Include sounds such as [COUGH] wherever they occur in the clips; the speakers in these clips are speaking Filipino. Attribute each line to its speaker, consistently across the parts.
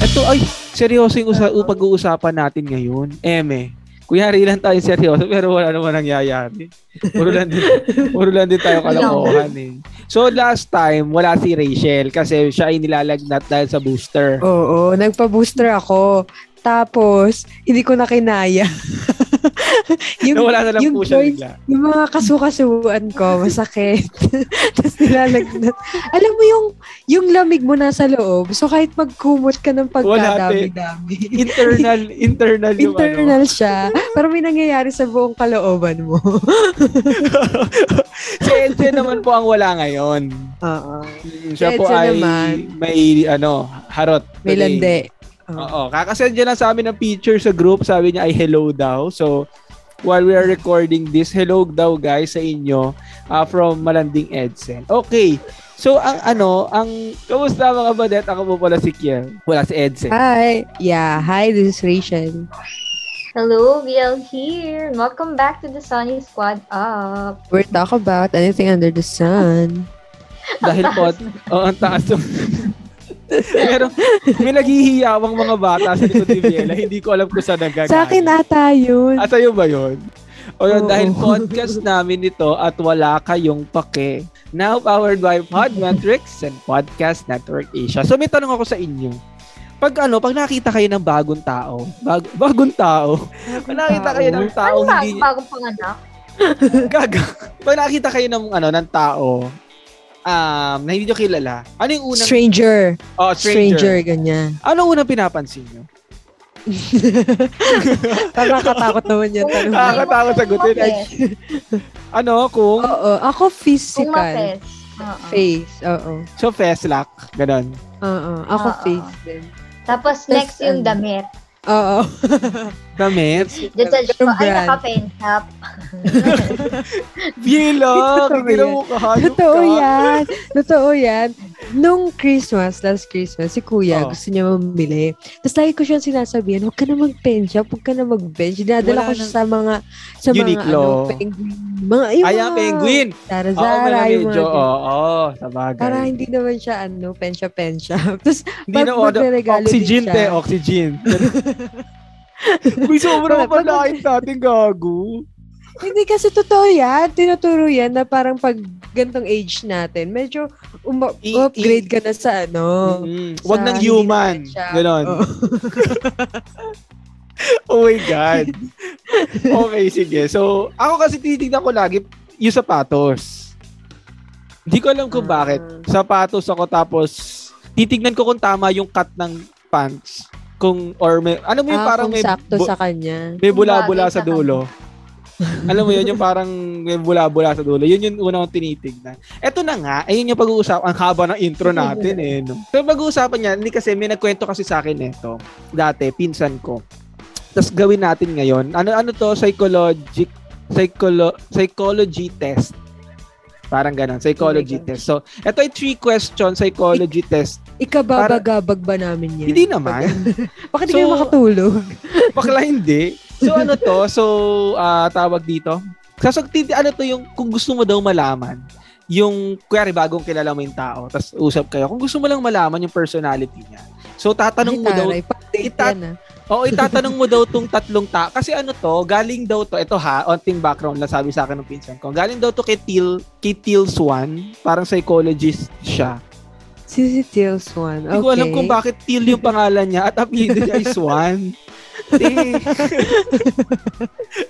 Speaker 1: Ito, ay, seryoso yung usa- u- pag-uusapan natin ngayon. Eme, kunyari lang tayo seryoso pero wala naman nangyayari. Puro lang
Speaker 2: [LAUGHS]
Speaker 1: din, puro lang din tayo kalokohan eh. So last time, wala si Rachel kasi siya ay nilalagnat dahil sa booster.
Speaker 2: Oo, nagpa-booster ako. Tapos, hindi ko na kinaya. [LAUGHS] yung,
Speaker 1: Nawala na lang
Speaker 2: yung
Speaker 1: po siya
Speaker 2: joints-
Speaker 1: bigla.
Speaker 2: yung mga kasukasuan ko, masakit. [LAUGHS] Tapos nilalagnat. Alam mo yung, yung lamig mo nasa loob. So kahit magkumot ka ng pagkadami-dami. [LAUGHS]
Speaker 1: Internal, internal [LAUGHS] yung ano.
Speaker 2: Internal siya. Pero may nangyayari sa buong kalooban mo. [LAUGHS]
Speaker 1: Si Edson naman po ang wala ngayon.
Speaker 2: Oo.
Speaker 1: Mm, Siya
Speaker 2: Si
Speaker 1: po
Speaker 2: Edson
Speaker 1: ay
Speaker 2: naman.
Speaker 1: may ano, harot.
Speaker 2: May
Speaker 1: today.
Speaker 2: lande. Oo.
Speaker 1: Oo, kakasend niya lang sa amin ng picture sa group. Sabi niya ay hello daw. So, while we are recording this, hello daw guys sa inyo ah, from Malanding Edsen. Okay. So, ang ano, ang, kamusta mga badet? Ako po pala si Kiel. Wala si Edsen.
Speaker 2: Hi. Yeah, hi, this is Rachel.
Speaker 3: Hello, VL here. Welcome back to the Sunny Squad Up.
Speaker 2: We're talk about anything under the sun.
Speaker 1: Dahil
Speaker 2: [LAUGHS]
Speaker 1: po, oh, ang taas ng... [LAUGHS] Pero may naghihiyawang mga bata sa likod ni Viela. Hindi ko alam kung saan nagagaling.
Speaker 2: Sa akin
Speaker 1: [LAUGHS]
Speaker 2: ata yun.
Speaker 1: At Ah, sa'yo ba yun? O yun,
Speaker 2: Oo.
Speaker 1: dahil podcast namin ito at wala kayong pake. Now powered by Podmetrics and Podcast Network Asia. So may tanong ako sa inyo. Pag ano, pag nakita kayo ng bagong tao, bag, bagong tao, pag nakita kayo ng tao,
Speaker 3: Ano ba?
Speaker 1: hindi
Speaker 3: Bagong panganak?
Speaker 1: [LAUGHS] gaga. Pag nakita kayo ng ano, ng tao, um, na hindi nyo kilala, ano yung unang,
Speaker 2: stranger.
Speaker 1: oh, stranger.
Speaker 2: Stranger, ganyan.
Speaker 1: Ano unang pinapansin nyo?
Speaker 2: Nakakatakot naman yan. Tanong
Speaker 1: Ah,
Speaker 2: mo.
Speaker 1: katawa sagutin. Ay,
Speaker 3: Kung
Speaker 1: Ano, kung,
Speaker 2: Oo, ako physical.
Speaker 3: mapes. Oo.
Speaker 2: Face, oo.
Speaker 1: so feslak, ganon.
Speaker 2: Oo, ako
Speaker 3: Oo.
Speaker 2: face din.
Speaker 3: Tapos
Speaker 2: Tapos,
Speaker 3: next yung
Speaker 2: ano?
Speaker 3: damit.
Speaker 2: Oo.
Speaker 1: Damit.
Speaker 3: Judge ko, ay
Speaker 2: brand.
Speaker 3: naka-pants up.
Speaker 1: Bila,
Speaker 2: Totoo
Speaker 1: kikira
Speaker 2: yan.
Speaker 1: mo kahayop
Speaker 2: Totoo
Speaker 1: ka.
Speaker 2: yan. Totoo yan. Nung Christmas, last Christmas, si kuya,
Speaker 1: Oo.
Speaker 2: gusto niya mamili. Tapos lagi ko siyang sinasabihan, huwag ka na mag-bench up, huwag ka na mag-bench. Dinadala
Speaker 1: Wala
Speaker 2: ko siya sa mga, sa
Speaker 1: Uniqlo.
Speaker 2: mga, ano, penguin. Mga, yung
Speaker 1: Ay,
Speaker 2: mga
Speaker 1: ang penguin. Oo, may
Speaker 2: Zara,
Speaker 1: oh.
Speaker 2: Zara, yung
Speaker 1: medyo.
Speaker 2: mga
Speaker 1: Oo, oo, sa bagay.
Speaker 2: Para hindi naman siya ano, pensya pensya. [LAUGHS] Tapos
Speaker 1: Hindi
Speaker 2: pag
Speaker 1: na order.
Speaker 2: magre-regalo din
Speaker 1: Oxygen,
Speaker 2: siya.
Speaker 1: te. [LAUGHS] Oxygen. Uy, sobrang
Speaker 2: Pag- pag-
Speaker 1: panlait natin, gago.
Speaker 2: hindi kasi totoo yan. Tinuturo yan na parang pag gantong age natin, medyo uma-
Speaker 1: I-
Speaker 2: upgrade ka na sa ano.
Speaker 1: Mm,
Speaker 2: sa
Speaker 1: Wag ng
Speaker 2: hindi
Speaker 1: human.
Speaker 2: naman siya.
Speaker 1: Ganon.
Speaker 2: Oo.
Speaker 1: [LAUGHS] Oh my God. okay, sige. So, ako kasi titignan ko lagi yung sapatos. Hindi ko alam kung
Speaker 2: Ah.
Speaker 1: bakit. Sapatos ako tapos titignan ko kung tama yung cut ng pants. Kung, or may, ano mo yung
Speaker 2: Ah,
Speaker 1: parang
Speaker 2: kung
Speaker 1: may,
Speaker 2: sakto
Speaker 1: bu-
Speaker 2: sa kanya.
Speaker 1: may bula-bula
Speaker 3: Bagay
Speaker 1: sa
Speaker 3: sa
Speaker 1: dulo. alam mo yun, yung parang may bula-bula sa dulo. Yun yung una kong tinitignan. Eto na nga, ayun yung pag-uusapan. Ang haba ng intro natin eh. No? So pag-uusapan niya, hindi kasi may nagkwento kasi sa akin eto. Dati, pinsan ko. Tapos gawin natin ngayon. Ano ano to? Psychologic psycholo, psychology test. Parang ganun, psychology
Speaker 2: Oh my
Speaker 1: test. So, eto ay three question psychology test.
Speaker 2: Ikababagabag ba namin yan?
Speaker 1: Hindi naman.
Speaker 2: Bakit hindi kayo
Speaker 1: So-
Speaker 2: makatulog?
Speaker 1: Bakla hindi. So ano to? So ah, tawag dito. Sasagtin ano to yung kung gusto mo daw malaman yung kuya bagong kilala mo yung tao tapos usap kayo kung gusto mo lang malaman yung personality niya. So tatanong
Speaker 2: Ay,
Speaker 1: mo daw
Speaker 2: taray, pag-date
Speaker 1: Itat-
Speaker 2: yan, ah.
Speaker 1: Oo, itatanong mo daw tong tatlong ta. Kasi ano to, galing daw to, ito ha, onting background lang sabi sa akin ng pinsan ko. Galing daw to kay Till, kay Till Swan, parang psychologist siya.
Speaker 2: Si si Till Swan. Okay.
Speaker 1: Hindi ko alam kung bakit Till yung pangalan niya at apelido niya is Swan. Di. [LAUGHS]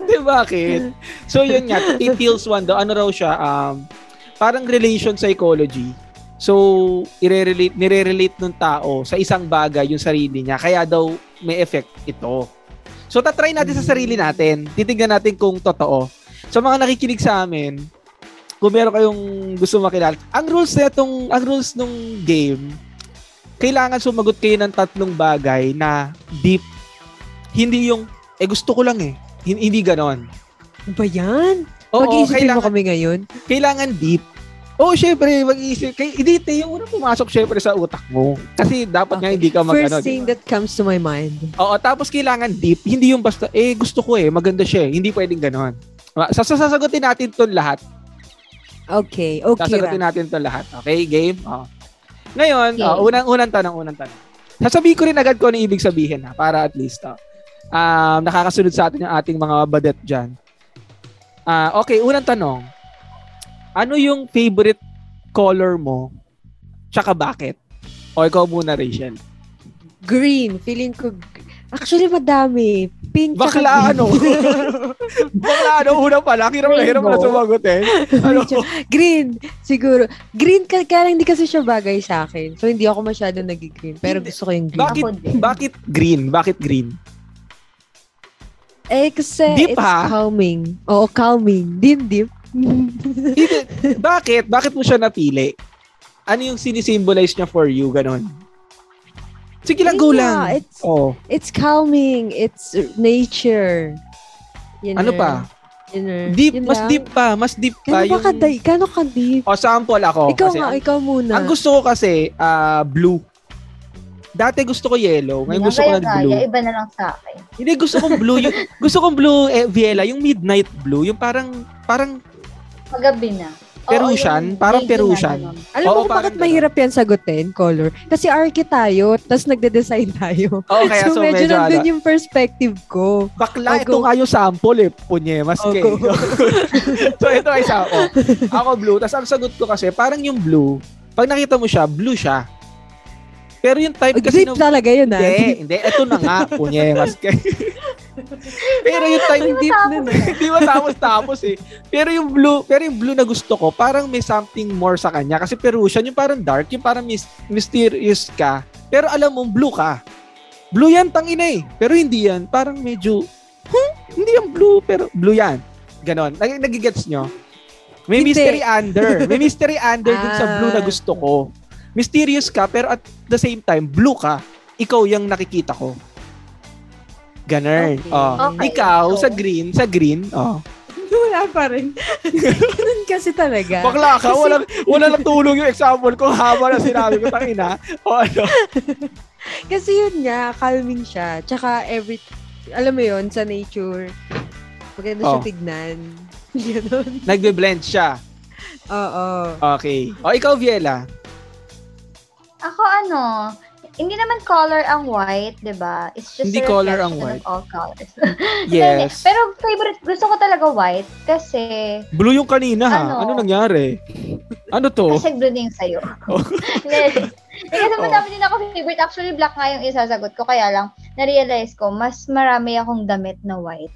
Speaker 1: Di bakit? So yun nga, kay Till Swan daw, ano raw siya, um, parang relation psychology. So, irerelate, nire-relate ng tao sa isang bagay yung sarili niya. Kaya daw may effect ito. So, tatry natin sa sarili natin. Titignan natin kung totoo. So, mga nakikinig sa amin, kung meron kayong gusto makilala, ang rules na itong, ang rules nung game, kailangan sumagot kayo ng tatlong bagay na deep. Hindi yung, eh gusto ko lang eh. Hin- Hindi ganon.
Speaker 2: Ano ba yan?
Speaker 1: Oo,
Speaker 2: Mag-iisipin
Speaker 1: kailangan,
Speaker 2: mo kami ngayon?
Speaker 1: kailangan deep. Oo, oh, syempre, mag-iisip. Kay, hindi, te, yung unang pumasok, syempre, sa utak mo. Kasi dapat nga
Speaker 2: Okay.
Speaker 1: hindi ka mag
Speaker 2: First
Speaker 1: ano, di
Speaker 2: thing
Speaker 1: ba?
Speaker 2: that comes to my mind.
Speaker 1: Oo, tapos kailangan deep. Hindi yung basta, eh, gusto ko eh, maganda siya eh. Hindi pwedeng ganon. Ah, Sa sasagutin natin to lahat.
Speaker 2: Okay, okay.
Speaker 1: Sasagutin
Speaker 2: Ra.
Speaker 1: natin to lahat. Okay, game? Oo. Ngayon,
Speaker 3: Okay.
Speaker 1: oo, unang, unang tanong, unang tanong. Sasabihin ko rin agad kung ano ibig sabihin ha, para at least ah, um, nakakasunod sa atin yung ating mga badet dyan. Ah, okay, unang tanong. Ano yung favorite color mo? Tsaka bakit? O ikaw muna, Rachel.
Speaker 2: Green. Feeling ko, g- actually madami. Pink. tsaka
Speaker 1: Bakla
Speaker 2: green.
Speaker 1: ano? Bakla ano? Una pa lang. Hirap na hirap na sumagot eh. Ano?
Speaker 2: green. Siguro. Green, ka, kaya lang hindi kasi siya bagay sa akin. So, hindi ako masyado nag-green. Pero gusto ko yung green.
Speaker 1: Bakit,
Speaker 3: Ako din.
Speaker 1: bakit green? Bakit green?
Speaker 2: Eh, kasi
Speaker 1: Deep,
Speaker 2: it's
Speaker 1: ha?
Speaker 2: calming. Oo, calming. Din deep.
Speaker 1: Hindi, bakit? Bakit mo siya napili? Ano yung sinisimbolize niya for you? Ganon. Sige lang, go
Speaker 2: Yun
Speaker 1: lang.
Speaker 2: nga, It's,
Speaker 1: Oh,
Speaker 2: it's calming. It's nature. Yun
Speaker 1: ano
Speaker 2: na,
Speaker 1: pa?
Speaker 2: yun na.
Speaker 1: Deep,
Speaker 2: Yun
Speaker 1: mas
Speaker 2: lang.
Speaker 1: deep pa, mas deep pa.
Speaker 2: Kano ba ka day? Kano ka deep?
Speaker 1: O, sample ako. Oh,
Speaker 2: ikaw
Speaker 1: kasi
Speaker 2: nga,
Speaker 1: ang-
Speaker 2: ikaw muna.
Speaker 1: Ang gusto ko kasi, ah, blue. Dati gusto ko yellow, ngayon gusto ko ng blue.
Speaker 3: Gaya, iba na lang sa akin.
Speaker 1: Hindi, gusto kong blue.
Speaker 2: [LAUGHS]
Speaker 1: Yung, gusto kong blue, eh, Viela, yung midnight blue, yung parang, parang,
Speaker 3: Magabi na. Oo,
Speaker 1: Perusian?
Speaker 3: yun.
Speaker 1: Parang
Speaker 3: Medyo na
Speaker 1: Perusian.
Speaker 3: ganun.
Speaker 2: Alam mo
Speaker 1: Oo,
Speaker 2: kung bakit
Speaker 1: parang ganun.
Speaker 2: mahirap yan sagutin, color? Kasi arki tayo, tapos nagde-design tayo.
Speaker 1: oh, kaya so, medyo,
Speaker 2: nandun
Speaker 1: ano,
Speaker 2: yung perspective ko.
Speaker 1: bakla,
Speaker 2: Ogo.
Speaker 1: ito nga yung sample eh, punyemas kay.
Speaker 2: Ogo.
Speaker 1: [LAUGHS] so, ito ay sample. Ako blue, tapos ang sagot ko kasi, parang yung blue, pag nakita mo siya, blue siya. Pero yung type kasi ng...
Speaker 2: Deep talaga yun, ah. [LAUGHS]
Speaker 1: Hindi, hindi. Ito na nga, punyemas kay. pero yung type,
Speaker 2: Ang deep na na.
Speaker 1: [LAUGHS] hindi mo tapos tapos eh. Pero yung blue, pero yung blue na gusto ko, parang may something more sa kanya. Kasi Perusian, yung parang dark, yung parang mis- mysterious ka. Pero alam mo, blue ka. Blue yan, tangina eh. Pero hindi yan. Parang medyo, hmm, hindi yan blue, pero blue yan. Ganon. Nag- nagigets nyo? May
Speaker 2: Hindi.
Speaker 1: mystery under.
Speaker 2: [LAUGHS]
Speaker 1: May mystery under dun sa blue na
Speaker 2: Ah.
Speaker 1: gusto ko. Mysterious ka, pero at the same time, blue ka. Ikaw yung nakikita ko. Ganern.
Speaker 2: Okay.
Speaker 1: Oh.
Speaker 3: Okay.
Speaker 1: Ikaw, sa
Speaker 3: So-
Speaker 1: green, sa green, oh.
Speaker 2: Wala pa rin. Ganun kasi talaga.
Speaker 1: Bakla
Speaker 3: [LAUGHS]
Speaker 1: ka,
Speaker 2: Kasi-
Speaker 1: wala, wala lang tulong yung example ko haba na sinabi ko,
Speaker 3: [LAUGHS]
Speaker 1: tangina. O ano?
Speaker 2: Kasi yun nga, calming siya. Tsaka every, alam mo yun, sa nature, maganda siya
Speaker 1: Oh.
Speaker 2: tignan. Ganun.
Speaker 1: Nagbe-blend siya.
Speaker 2: Oo.
Speaker 1: Okay. O ikaw, Viela.
Speaker 3: Ako ano, hindi naman color ang white, di ba? It's just
Speaker 1: Hindi
Speaker 3: a
Speaker 1: color
Speaker 3: reflection
Speaker 1: ang white.
Speaker 3: of all colors.
Speaker 1: Yes.
Speaker 3: Ano Pero favorite, gusto ko talaga white kasi,
Speaker 1: Blue yung kanina ha. Ano,
Speaker 3: Ano?
Speaker 1: nangyari? Ano to?
Speaker 3: kasi blue na yung sayo.
Speaker 1: Oh.
Speaker 3: [LAUGHS] Hindi. kasi
Speaker 1: Oh.
Speaker 3: madami din ako favorite. Actually, black nga yung isasagot ko. Kaya lang, narealize ko, mas marami akong damit na white.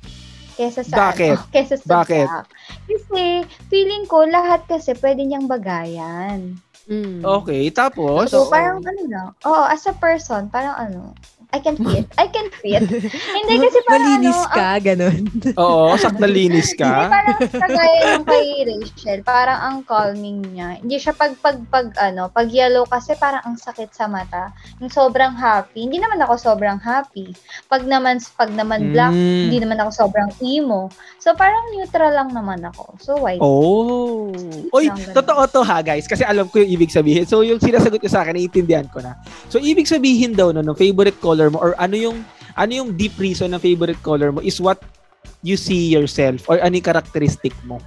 Speaker 3: Kesa sa
Speaker 1: Bakit?
Speaker 3: Ano, [LAUGHS] kesa sa
Speaker 1: Bakit?
Speaker 3: black. Kasi, feeling ko, lahat kasi pwede niyang bagayan.
Speaker 2: Mm.
Speaker 1: Okay, tapos?
Speaker 3: So,
Speaker 2: oo.
Speaker 3: parang ano lang. Oo, oh, as a person, parang ano, I can fit. I can fit. Hindi kasi parang
Speaker 2: Malinis
Speaker 3: ano,
Speaker 2: ka, ganun.
Speaker 1: Oh. Oo, saknalinis
Speaker 3: Hindi
Speaker 1: ka.
Speaker 3: parang kagaya ng kay Rachel, parang ang calming niya. Hindi siya pag, pag, pag, ano, pag yellow kasi parang ang sakit sa mata. Yung sobrang happy. Hindi naman ako sobrang happy. Pag naman, pag naman black,
Speaker 1: Mm.
Speaker 3: hindi naman ako sobrang emo. So, parang neutral lang naman ako. So, white.
Speaker 1: Oh. Oy,
Speaker 3: Lang ganun.
Speaker 1: totoo to ha guys kasi alam ko yung ibig sabihin. So yung sinasagot ko sa akin, naiintindihan ko na. So ibig sabihin daw no, ng favorite color mo or ano yung ano yung deep reason ng favorite color mo is what you see yourself or ano yung characteristic mo.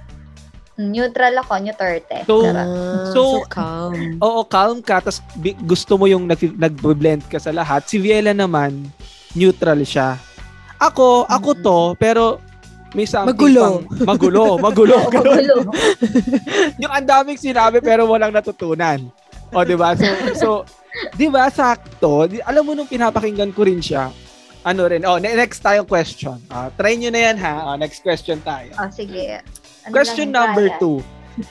Speaker 3: Mm, Neutral ako, neuterte.
Speaker 1: So, [LAUGHS]
Speaker 3: Charot.
Speaker 1: So-
Speaker 2: so, calm.
Speaker 1: Oo, calm ka tapos bi- gusto mo yung nag- nagbe-blend ka sa lahat. Si Viela naman neutral siya. Ako, ako
Speaker 3: Mm.
Speaker 1: to pero may something
Speaker 2: Magulo.
Speaker 1: pang- magulo, magulo.
Speaker 3: Oo, magulo.
Speaker 1: yung ang daming sinabi pero walang natutunan. O, di ba? So, so di ba, sakto? Di, alam mo nung pinapakinggan ko rin siya, ano rin, oh, ne- next tayong question. Ah, try nyo na yan ha. Ah, next question tayo.
Speaker 3: Oh, sige. Ano
Speaker 1: Question
Speaker 3: lang yung
Speaker 1: number
Speaker 3: kaya?
Speaker 1: two.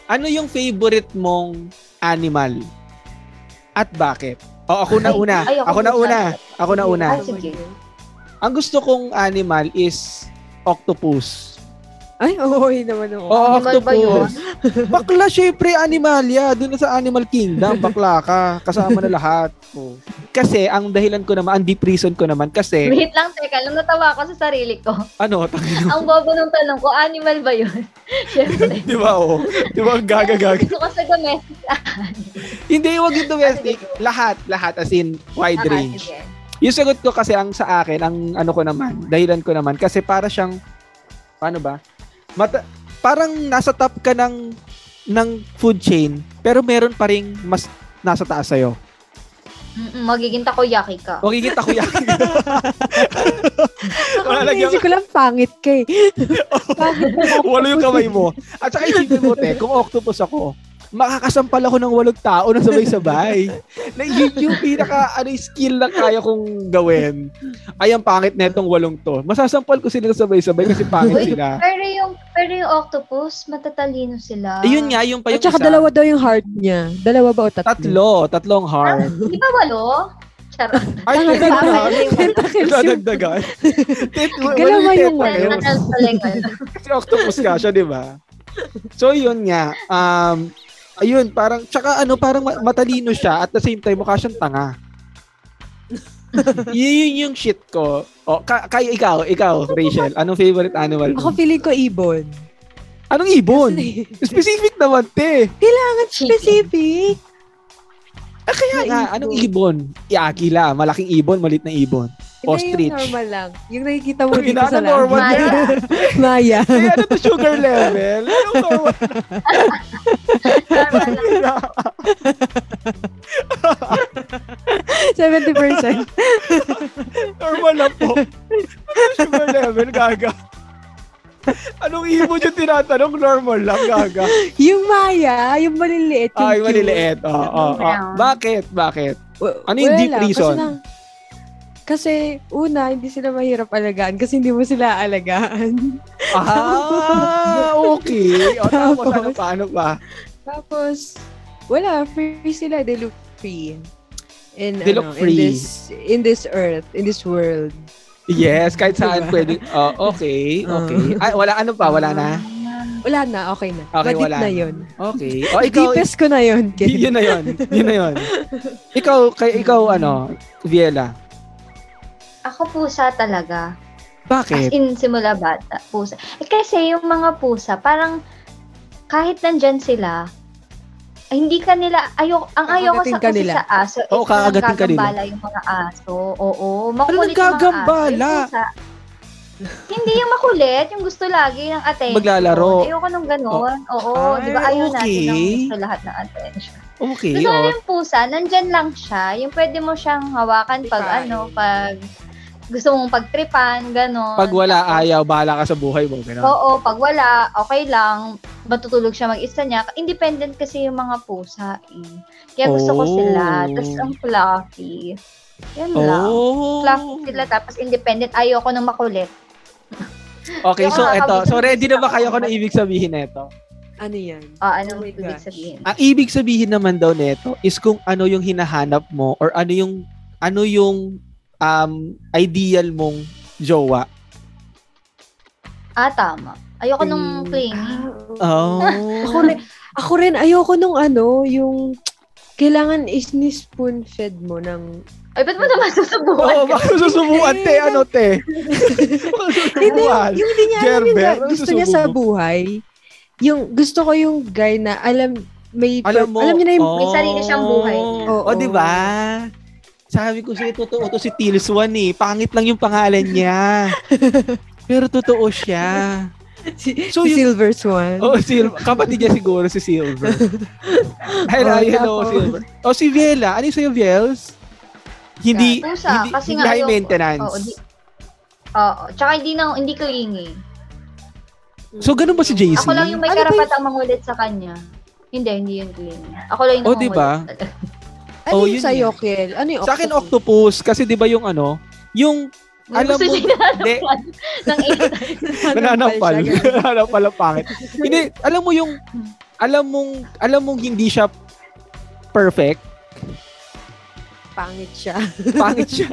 Speaker 1: Ano yung favorite mong animal? At bakit? O, ako na
Speaker 3: Ay,
Speaker 1: una.
Speaker 3: ay, ako
Speaker 1: Ako na
Speaker 3: muna.
Speaker 1: una. Ako na una.
Speaker 3: Ah, sige.
Speaker 1: Ang gusto kong animal is octopus.
Speaker 2: Ay, oo, yun naman oo.
Speaker 1: Oo,
Speaker 3: Animal ba
Speaker 1: octopus. bakla, syempre, animalia. Doon sa Animal Kingdom, bakla ka. Kasama na lahat. Oo. Kasi, ang dahilan ko naman, ang deep reason ko naman, kasi,
Speaker 3: [LAUGHS] Wait lang, teka. Alam, natawa ako sa sarili
Speaker 1: [LAUGHS]
Speaker 3: ko.
Speaker 1: ano, tangin
Speaker 3: Ang bobo ng tanong ko, animal ba yun? [LAUGHS] Siyempre.
Speaker 1: Di ba, oh? Di ba, ang gaga-gaga?
Speaker 3: [LAUGHS] Gusto ko sa eh. domestic.
Speaker 1: Hindi, wag yung domestic. Lahat, lahat. As in, wide
Speaker 3: Ah,
Speaker 1: range.
Speaker 3: sige.
Speaker 1: Yung sagot ko kasi ang sa akin, ang ano ko naman, dahilan ko naman, kasi para siyang, paano ba? Mata, parang nasa top ka ng, ng food chain, pero meron pa rin mas nasa taas sa'yo.
Speaker 3: Mm-mm, Magiging takoyaki ka.
Speaker 1: O kikita ko
Speaker 2: [LAUGHS]
Speaker 1: yan.
Speaker 2: Ako,
Speaker 1: Lalagyan
Speaker 2: naisip ko lang pangit eh. kay. pangit na octopus.
Speaker 1: Walo yung kamay mo. At saka isipin mo, te, kung octopus ako, makakasampal ako ng walong tao na sabay-sabay. na yun yung pinaka ano, yung skill na kaya kong gawin. Ay, ang pangit na itong walong to. Masasampal ko sila na sabay-sabay kasi pangit
Speaker 3: Uy.
Speaker 1: sila.
Speaker 3: Pero yung, pero yung octopus, matatalino sila.
Speaker 1: Ayun Eh, nga, yung pa yung
Speaker 2: At saka
Speaker 1: isa.
Speaker 2: dalawa daw yung heart niya. Dalawa ba o tatlo?
Speaker 1: Tatlo, tatlong heart.
Speaker 3: Di ba walo? Charot.
Speaker 1: Ay,
Speaker 2: Tanga,
Speaker 1: dadagdagan.
Speaker 2: Tentacles yung...
Speaker 1: Dadagdagan. Tit- wal-
Speaker 2: Galaw
Speaker 1: walang
Speaker 2: yung
Speaker 1: tentacle.
Speaker 2: walo.
Speaker 3: Tentacles talaga.
Speaker 1: Kasi octopus ka siya, di ba? So, yun nga. Um, ayun, parang, tsaka ano, parang ma- matalino siya at the same time, mukha siyang tanga. [LAUGHS] yun yun yung shit ko. O, ka- kayo, ikaw, ikaw, Rachel, anong favorite animal
Speaker 2: Ako
Speaker 1: mo?
Speaker 2: feeling ko ibon.
Speaker 1: Anong ibon? Specific naman, te.
Speaker 3: Chicken.
Speaker 2: Specific.
Speaker 1: Ah, kaya nga, anong ibon? Iakila, malaking ibon, malit na ibon.
Speaker 2: Hindi
Speaker 1: Ostrich.
Speaker 2: yung normal lang. Yung nakikita mo
Speaker 1: Ang
Speaker 2: dito
Speaker 1: ina-
Speaker 2: sa
Speaker 1: ano, normal
Speaker 2: langit.
Speaker 3: Maya.
Speaker 2: [LAUGHS] Maya.
Speaker 1: Eh, ano to sugar level? Ano ba?
Speaker 3: Normal lang.
Speaker 2: 70%.
Speaker 1: [LAUGHS] Normal lang po. Sugar level, gaga. Anong ibon yung tinatanong? Normal lang, gaga.
Speaker 2: yung Maya, yung maliliit. Yung
Speaker 1: Ay,
Speaker 2: cute.
Speaker 1: maliliit. Oo, oo, oo.
Speaker 3: Brown.
Speaker 1: Bakit? Bakit?
Speaker 2: Wa-
Speaker 1: Ano yung
Speaker 2: wala
Speaker 1: deep
Speaker 2: lang,
Speaker 1: reason?
Speaker 2: Kasi, na- kasi una, hindi sila mahirap alagaan kasi hindi mo sila alagaan.
Speaker 1: Ah, okay. O, tapos ano pa? Ano pa?
Speaker 2: [LAUGHS] Tapos, wala, free sila. They look free. In,
Speaker 1: They look
Speaker 2: ano,
Speaker 1: free.
Speaker 2: In this, in this earth, in this world.
Speaker 1: Yes, kahit saan
Speaker 2: Diba?
Speaker 1: pwede. Oh, okay,
Speaker 2: Ah.
Speaker 1: okay. Ay, wala, ano pa? Wala na?
Speaker 2: Wala na, okay na.
Speaker 1: Okay,
Speaker 2: Madip
Speaker 1: wala na.
Speaker 2: na yun.
Speaker 1: Okay. O, ikaw,
Speaker 2: Deepest ko na yun. Ken.
Speaker 1: y- [LAUGHS] yun na yun. Yun na yun. Ikaw, kay, ikaw ano, Viela?
Speaker 3: Ako pusa talaga. As
Speaker 1: Bakit?
Speaker 3: in, simula bata, pusa. Eh, kasi yung mga pusa, parang kahit nandyan sila, ay, hindi ka nila, ayaw, ang ayaw ko
Speaker 2: Kakagatin
Speaker 3: sa,
Speaker 2: ka
Speaker 3: kasi
Speaker 2: nila.
Speaker 3: sa aso, eh,
Speaker 1: Oo, kakagatin ka nila.
Speaker 3: gagambala yung mga aso. Oo,
Speaker 1: Ano
Speaker 3: makulit yung mga
Speaker 1: nagkagambala?
Speaker 3: aso. Yung pusa. hindi yung makulit, yung gusto lagi ng attention.
Speaker 1: Maglalaro.
Speaker 3: Ayoko nung ganun. Oo,
Speaker 1: Ay,
Speaker 3: di ba ayaw natin ng
Speaker 1: okay.
Speaker 3: gusto lahat ng attention.
Speaker 1: Okay,
Speaker 3: Gusto
Speaker 1: o.
Speaker 3: namin yung pusa, nandyan lang siya. Yung pwede mo siyang hawakan pag
Speaker 2: Tripain.
Speaker 3: ano, pag gusto mong pagtripan, ganon.
Speaker 1: Pag wala,
Speaker 3: Tapos,
Speaker 1: ayaw, bahala ka sa buhay mo. Ganun.
Speaker 3: Oo, pag wala, okay lang. Matutulog siya mag-isa niya. Independent kasi yung mga pusa eh. Kaya gusto ko
Speaker 1: Oh.
Speaker 3: sila. Tapos ang fluffy. Yan lang.
Speaker 1: Oh.
Speaker 3: Fluffy sila tapos independent. Ayoko nang makulit.
Speaker 1: Okay,
Speaker 3: Yung
Speaker 1: so
Speaker 3: nakakabuti
Speaker 1: eto. So
Speaker 3: ng
Speaker 1: ready na ba
Speaker 3: isa
Speaker 1: kayo
Speaker 3: ako.
Speaker 1: kung ano ibig sabihin nito?
Speaker 2: Ano yan?
Speaker 3: Ah, anong
Speaker 2: Oh my
Speaker 3: ibig
Speaker 2: gosh.
Speaker 3: sabihin?
Speaker 1: Ang ibig sabihin naman daw nito is kung ano yung hinahanap mo or ano yung ano yung um, ideal mong jowa.
Speaker 3: Ah, tama. Ayoko nung
Speaker 1: Hmm.
Speaker 2: Mm. Ah,
Speaker 3: clingy.
Speaker 1: Oh. [LAUGHS]
Speaker 2: Ako rin, ako rin, ayoko nung ano, yung kailangan isni-spoon fed mo ng...
Speaker 3: Ay, ba't mo naman [LAUGHS] susubukan?
Speaker 1: Oo, Oh, baka susubukan, te. Ano, te? Baka
Speaker 2: Hindi,
Speaker 1: susubukan.
Speaker 2: yung hindi niya alam yung
Speaker 1: Gerber,
Speaker 2: ga- gusto niya sa
Speaker 1: susubo.
Speaker 2: buhay. Yung gusto ko yung guy na alam, may...
Speaker 1: Alam mo.
Speaker 2: alam niya na yung...
Speaker 1: oh.
Speaker 3: May sarili siyang buhay niya.
Speaker 1: Oo,
Speaker 2: Oo.
Speaker 1: di ba? Sabi ko sa'yo, totoo to si Tils One eh. Pangit lang yung pangalan niya. Pero totoo siya.
Speaker 2: [LAUGHS] si,
Speaker 1: So,
Speaker 2: si
Speaker 1: yun-
Speaker 2: Silver Swan.
Speaker 1: Oh, Silver. Kapatid niya siguro si
Speaker 2: [LAUGHS]
Speaker 1: Silver. Hello,
Speaker 2: Oh,
Speaker 1: hello,
Speaker 2: tapos.
Speaker 1: Silver. Oh, si Viela. Ano yung sa'yo, Viels? Hindi,
Speaker 3: Yan, pusa.
Speaker 1: hindi,
Speaker 3: Kasi
Speaker 1: hindi
Speaker 3: nga
Speaker 1: high
Speaker 3: ayoko.
Speaker 1: maintenance.
Speaker 3: Oo, di, Oo. Tsaka hindi, na, hindi clingy.
Speaker 1: so, ganun ba si JC?
Speaker 3: Ako lang yung may
Speaker 2: Ano ba yun?
Speaker 3: karapatang mangulit sa kanya. Hindi, hindi yun clingy. Ako lang yung
Speaker 1: Oh, di ba?
Speaker 3: nangungulit.
Speaker 2: Ano
Speaker 1: Oh,
Speaker 2: yung
Speaker 1: yun
Speaker 2: sa'yo, Kel? Ano yung
Speaker 1: Sa akin, octopus.
Speaker 2: octopus?
Speaker 1: Kasi di ba yung ano, yung
Speaker 3: May
Speaker 1: Alam
Speaker 3: gusto
Speaker 1: mo-
Speaker 3: siya
Speaker 1: hindi,
Speaker 3: ng
Speaker 2: Ano
Speaker 3: [LAUGHS]
Speaker 1: nananapal.
Speaker 2: siya, ganun.
Speaker 1: nananapal ang pangit. Hindi, alam mo yung, alam mong, alam mong hindi siya perfect.
Speaker 2: Pangit
Speaker 1: [LAUGHS]
Speaker 2: siya.
Speaker 1: Pangit
Speaker 3: [LAUGHS]
Speaker 1: siya.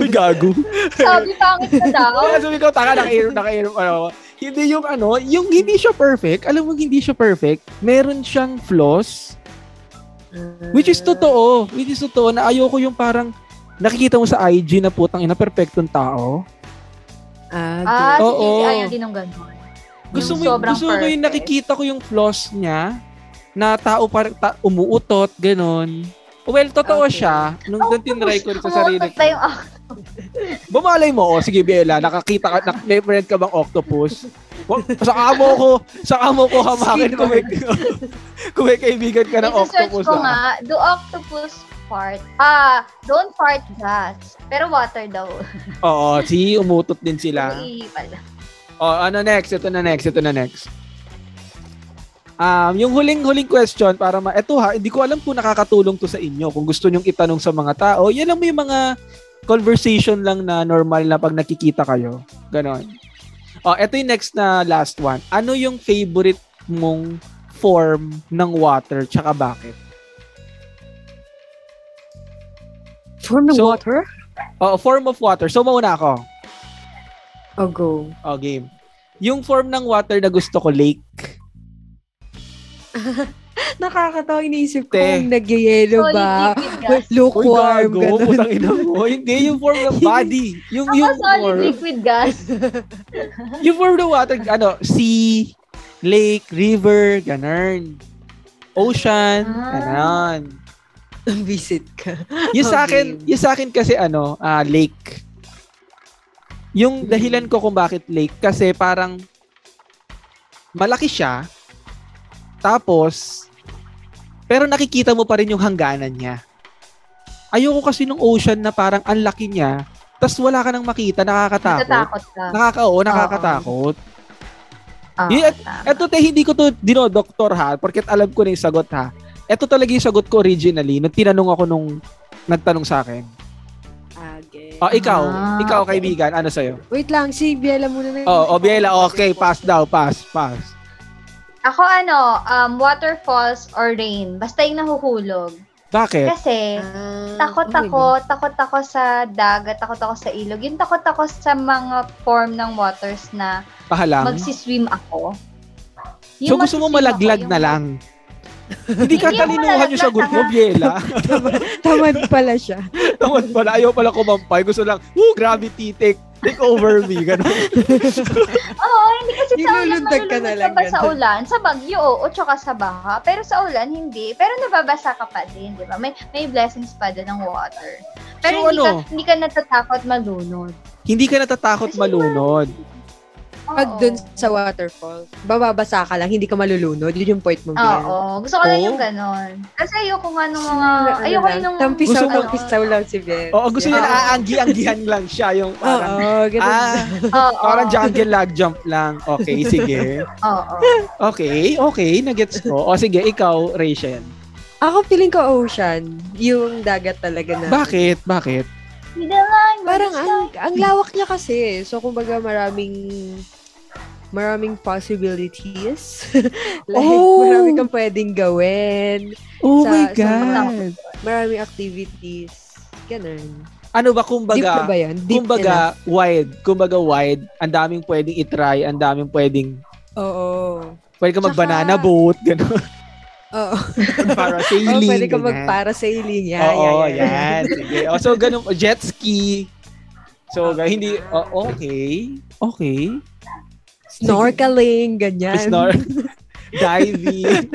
Speaker 1: Uy, gago.
Speaker 3: Sabi pangit na daw. Oh.
Speaker 1: Kaya sabi ko, taka, naka-air, naka-air, ano, hindi yung ano, yung hindi siya perfect, alam mo hindi siya perfect, meron siyang flaws, which is totoo, which is totoo, na ayoko yung parang, nakikita mo sa IG na putang ina, perfectong tao.
Speaker 3: Ah,
Speaker 2: Ah,
Speaker 3: si
Speaker 1: Oo.
Speaker 3: Kiki ayaw din ng ganun.
Speaker 1: Gusto
Speaker 3: Yung
Speaker 1: mo, yung-
Speaker 3: sobrang
Speaker 1: gusto ko yung
Speaker 3: perfect.
Speaker 1: nakikita ko yung flaws niya, na tao parang ta- umuutot, ganon. Well, totoo
Speaker 2: Okay.
Speaker 1: siya. Nung doon tinry ko sa sarili
Speaker 3: Umutot na yung ako.
Speaker 1: Bumalay mo, oh, sige Bella, nakakita ka, nak- may friend ka bang octopus? Wa- Sa amo ko, sa amo ko hamakin kung may, [LAUGHS] kung may kaibigan ka ng
Speaker 3: I-search
Speaker 1: octopus.
Speaker 3: ko
Speaker 1: ah.
Speaker 3: nga, do octopus fart? Ah, don't fart gas. Pero water daw.
Speaker 1: Oo, see, umutot din sila.
Speaker 3: Ui, pala.
Speaker 1: Oh, ano next? Ito na next, ito na next. Um, yung huling-huling question para ma eto ha, hindi ko alam kung nakakatulong to sa inyo. Kung gusto nyong itanong sa mga tao, yan lang may mga conversation lang na normal na pag nakikita kayo. Ganon. Oh, eto yung next na last one. Ano yung favorite mong form ng water tsaka bakit?
Speaker 2: form ng
Speaker 1: So-
Speaker 2: water?
Speaker 1: Oh, form of water. So mauna ako.
Speaker 2: Oh, go.
Speaker 1: Oh, game. Yung form ng water na gusto ko, lake.
Speaker 2: Nakakatawa iniisip ko
Speaker 1: Te.
Speaker 2: kung nagyayelo
Speaker 3: Solid
Speaker 2: ba.
Speaker 3: liquid gas.
Speaker 1: Uy,
Speaker 2: Lukewarm,
Speaker 1: gago, putang
Speaker 2: ganun. [LAUGHS]
Speaker 1: ina mo. [LAUGHS] Hindi, yung form ng body. Yung,
Speaker 3: Ako
Speaker 1: yung
Speaker 3: solid
Speaker 1: form.
Speaker 3: liquid gas.
Speaker 1: Yung form ng water, ano, sea, lake, river, ganun. Ocean,
Speaker 3: Ah.
Speaker 1: ganun.
Speaker 2: Visit ka.
Speaker 1: Yung sa akin,
Speaker 2: Okay.
Speaker 1: yung sa akin kasi ano, ah, lake. Yung dahilan ko kung bakit lake, kasi parang malaki siya, tapos, pero nakikita mo pa rin yung hangganan niya. Ayoko kasi nung ocean na parang ang laki niya, tapos wala ka nang makita, nakakatakot.
Speaker 3: Natatakot ka.
Speaker 1: Nakakao, nakakatakot.
Speaker 3: Ah,
Speaker 1: Yeah,
Speaker 3: tama.
Speaker 1: Eto te, hindi ko to dinodoktor ha, porket alam ko na yung sagot ha. Eto talaga yung sagot ko originally, nung tinanong ako nung nagtanong sa akin.
Speaker 2: Age.
Speaker 1: Oh, ikaw,
Speaker 3: Ah,
Speaker 1: ikaw
Speaker 3: okay.
Speaker 1: kaibigan, ano sa'yo?
Speaker 2: Wait lang, si Biela muna na.
Speaker 1: Oh, oh Biela, okay, pass daw, pass, pass.
Speaker 3: Ako ano, um, waterfalls or rain. Basta yung nahuhulog.
Speaker 1: Bakit?
Speaker 3: Kasi,
Speaker 2: Ah,
Speaker 3: takot
Speaker 2: okay
Speaker 3: ako, takot ako sa dagat, takot ako sa ilog. Yung takot ako sa mga form ng waters na
Speaker 1: Pahalang?
Speaker 3: magsiswim ako.
Speaker 1: So gusto mo
Speaker 3: magsiswim
Speaker 1: malaglag
Speaker 3: ako,
Speaker 1: na
Speaker 3: yung- [LAUGHS]
Speaker 1: lang? hindi ka
Speaker 3: Hindi ako
Speaker 1: talinuhan yung
Speaker 3: malaglag
Speaker 1: sagot
Speaker 3: na
Speaker 1: mo,
Speaker 3: nga.
Speaker 1: Biela. [LAUGHS]
Speaker 2: din. Tamad pala
Speaker 3: [LAUGHS]
Speaker 2: siya.
Speaker 1: Tamad pala, ayaw pala kumampay. Gusto lang, woo, gravity, take, take over me.
Speaker 3: [LAUGHS]
Speaker 1: Ganun.
Speaker 3: Oo, hindi kasi sa ulan
Speaker 2: Nilulundag ka na
Speaker 3: malulundag
Speaker 2: lang,
Speaker 3: ka pa sa
Speaker 2: ganun.
Speaker 3: ulan. Sa bagyo, oo, tsaka sa baha. Pero sa ulan, hindi. Pero nababasa ka pa din, di ba? May, may blessings pa din ng water.
Speaker 1: So,
Speaker 3: Pero
Speaker 1: ano?
Speaker 3: hindi, ka, hindi ka natatakot malunod.
Speaker 1: Hindi ka natatakot
Speaker 3: Kasi
Speaker 1: malunod.
Speaker 3: Oo.
Speaker 2: Pag dun sa waterfall, bababasa ka lang, hindi ka malulunod. Yun yung point mo, Biela.
Speaker 3: Oo, gusto ko lang
Speaker 1: Oo.
Speaker 3: yung ganon. Kasi ayoko nga nung
Speaker 2: Oh. Ano
Speaker 3: mga,
Speaker 2: lang,
Speaker 3: Ah, ayoko yung nung...
Speaker 2: Tampisaw,
Speaker 1: Gusto mo-
Speaker 2: tampisaw lang si Biela.
Speaker 1: Oo, gusto niya
Speaker 3: Yeah.
Speaker 1: na aanggi-anggihan lang siya.
Speaker 3: [LAUGHS]
Speaker 1: Yung parang,
Speaker 2: Oo, ganun.
Speaker 1: ah,
Speaker 3: Oo,
Speaker 1: [LAUGHS] parang jungle lag jump lang. Okay, sige.
Speaker 3: [LAUGHS] Oo.
Speaker 1: Okay, okay, nagets ko. O sige, ikaw, Rachel.
Speaker 2: Ako feeling ko ocean. Yung dagat talaga na.
Speaker 1: Bakit? Bakit?
Speaker 2: Parang ang, ang lawak niya kasi. So, kumbaga maraming maraming possibilities. [LAUGHS] like,
Speaker 1: Oh!
Speaker 2: marami kang pwedeng gawin.
Speaker 1: Oh
Speaker 2: Sa-
Speaker 1: my
Speaker 2: sa
Speaker 1: God.
Speaker 3: mga-
Speaker 2: Maraming activities. Ganun.
Speaker 1: ano ba,
Speaker 2: Deep na
Speaker 1: kumbaga,
Speaker 2: ba yan? Deep enough.
Speaker 1: kumbaga, wide. Kumbaga, wide. Ang daming pwedeng itry. Ang daming pwedeng,
Speaker 2: Oo.
Speaker 1: pwede ka mag-banana
Speaker 2: Tsaka-
Speaker 1: boat, gano'n. [LAUGHS]
Speaker 2: Oo.
Speaker 1: Parasailing.
Speaker 2: Oh, [LAUGHS] pwede ka
Speaker 1: ganyan.
Speaker 2: mag-parasailing. Yeah,
Speaker 1: Oo,
Speaker 2: yeah, yeah.
Speaker 1: yan. Sige. O, so, ganun, jet ski. So,
Speaker 2: Okay.
Speaker 1: hindi, o- okay. Okay.
Speaker 2: Snorkeling, ganyan.
Speaker 1: Snor.
Speaker 2: [LAUGHS]
Speaker 1: diving.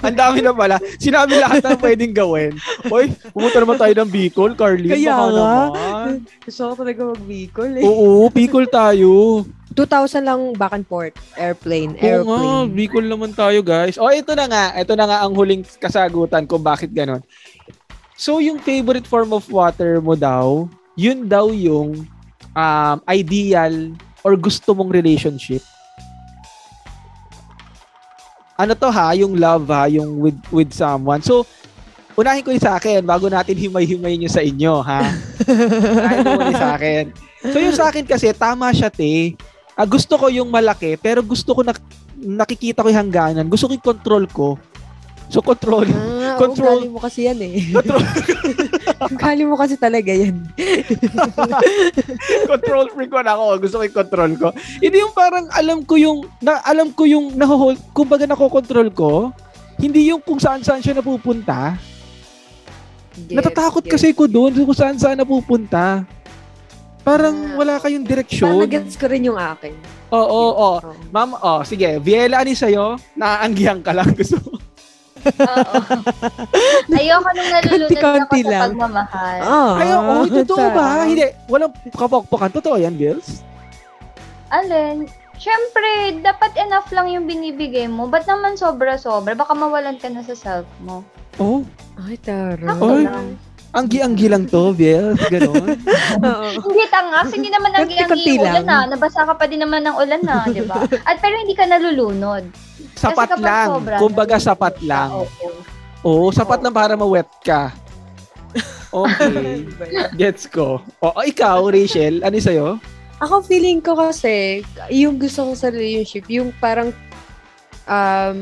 Speaker 1: Ang dami na pala. Sinabi lahat na pwedeng gawin. Oy, pumunta naman tayo ng Bicol, Carlin.
Speaker 2: Kaya
Speaker 1: baka
Speaker 2: nga.
Speaker 1: naman.
Speaker 2: Gusto ko talaga mag-vehicle eh.
Speaker 1: Oo, Bicol tayo.
Speaker 2: 2,000 lang back and forth. Airplane,
Speaker 1: Oo nga,
Speaker 2: airplane.
Speaker 1: Bicol naman tayo, guys. O, ito na nga. Ito na nga ang huling kasagutan kung bakit ganon. So, yung favorite form of water mo daw, yun daw yung um, ideal or gusto mong relationship. Ano to ha? Yung love ha? Yung with, with someone. So, unahin ko yun sa akin bago natin himay-himayin yun sa inyo, ha? unahin ko muna sa akin. So, yung sa akin kasi, tama siya, te. Ah, gusto ko yung malaki, pero gusto ko na nakikita ko yung hangganan. Gusto ko yung control [LAUGHS] ko. So, control.
Speaker 2: Ah, Tao,
Speaker 1: Control.
Speaker 2: ugali mo kasi yan eh. [LAUGHS] ugali mo kasi talaga yan.
Speaker 1: control freak ko na ako. Gusto ko yung control ko. Hindi yung parang alam ko yung, na, alam ko yung nahohold, kumbaga nakokontrol ko, hindi yung kung saan-saan siya napupunta. Natatakot kasi ko doon kung saan-saan napupunta. Parang
Speaker 2: Ah.
Speaker 1: wala kayong
Speaker 2: Parang
Speaker 1: direksyon.
Speaker 2: nag-gets ko rin yung akin.
Speaker 1: Oo, oo, oo.
Speaker 2: Oo.
Speaker 1: Ma'am, oh, sige. Viela, ano yung sa'yo? Naaanggihang ka lang. [LAUGHS] Gusto mo.
Speaker 3: Oo. Ayoko nung nalulunod na ako
Speaker 2: Konti-konti
Speaker 3: sa
Speaker 2: lang.
Speaker 3: pagmamahal.
Speaker 2: Ah,
Speaker 1: Ay, [LAUGHS] oo, totoo
Speaker 2: tara.
Speaker 1: ba? Hindi. Walang kapokpokan. Totoo yan, girls?
Speaker 3: Alin, syempre, dapat enough lang yung binibigay mo. Ba't naman sobra-sobra? Baka mawalan ka na sa self mo.
Speaker 1: Oo. Oh,
Speaker 2: Ay, taro.
Speaker 3: Sakto
Speaker 1: Oy.
Speaker 3: lang.
Speaker 1: anggi-anggi lang to, Viels. Ganon. [LAUGHS]
Speaker 2: Oo.
Speaker 3: Hindi tanga, kasi hindi naman ang ang
Speaker 2: Konti-konti
Speaker 3: ulan
Speaker 2: lang.
Speaker 3: na. Nabasa ka pa din naman ng ulan na, di ba? At pero hindi ka nalulunod.
Speaker 1: sapat
Speaker 3: kapag
Speaker 1: lang.
Speaker 3: sobra,
Speaker 1: Kumbaga, sapat lang.
Speaker 3: Oo.
Speaker 1: Oo, sapat
Speaker 3: Oo.
Speaker 1: lang para ma-wet [LAUGHS] ka. Okay. Gets ko. O, o, ikaw, Rachel, ano yung sa'yo?
Speaker 2: Ako feeling ko kasi, yung gusto ko sa relationship, yung parang, um,